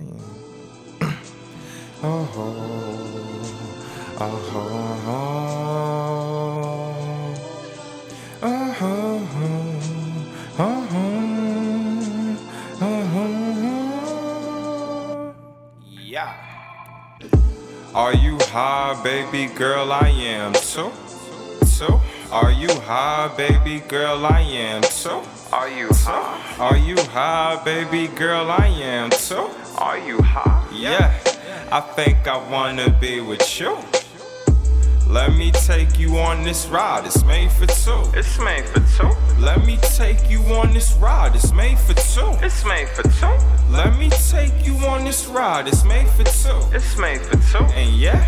Uh-huh. Oh, oh, oh, oh, oh, oh, oh, Yeah. Are you high, baby girl? I am too. Too. Are you high, baby girl? I am too. Are you high? Are you high, baby girl? I am too. Are you high? Yeah. I think I wanna be with you. Let me take you on this ride. It's made for two. It's made for two. Let me take you on this ride. It's made for two. It's made for two. Let me take you on this ride. It's made for two. It's made for two. And yeah,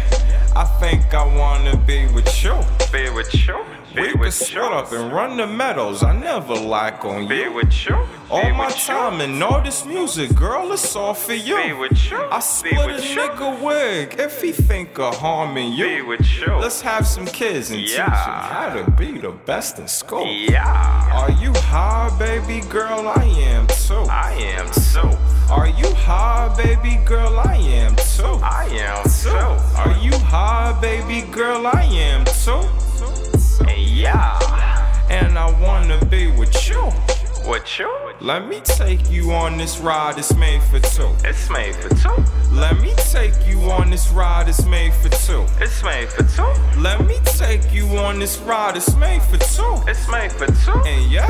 I think I wanna be with you. Be with you. Be we can split up and run the meadows. I never like on you. Be with you. All my time and all this music, girl, it's all for you. Be with you. I split a nigga wig if he think of harming you. Be with you. Let's have some kids and teach 'em how to be the best in school. Yeah. Are you high, baby girl? I am too. I am too. Are you high, baby girl? I am too. I am too. Are you high, baby girl? I am too. And yeah, and I wanna be with you. With you? Let me take you on this ride. It's made for two. It's made for two. Let me take you on this ride. It's made for two. It's made for two. Let me take you on this ride. It's made for two. It's made for two. And yeah,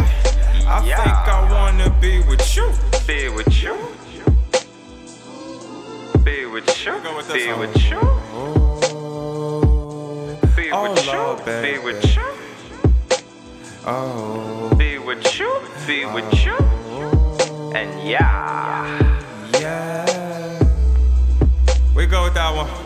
I think I wanna be with you. Be with you. Be with you. Be with you. Be with you. Be with you. Oh. Be with you. Be with you. And yeah. Yeah. We go with that one.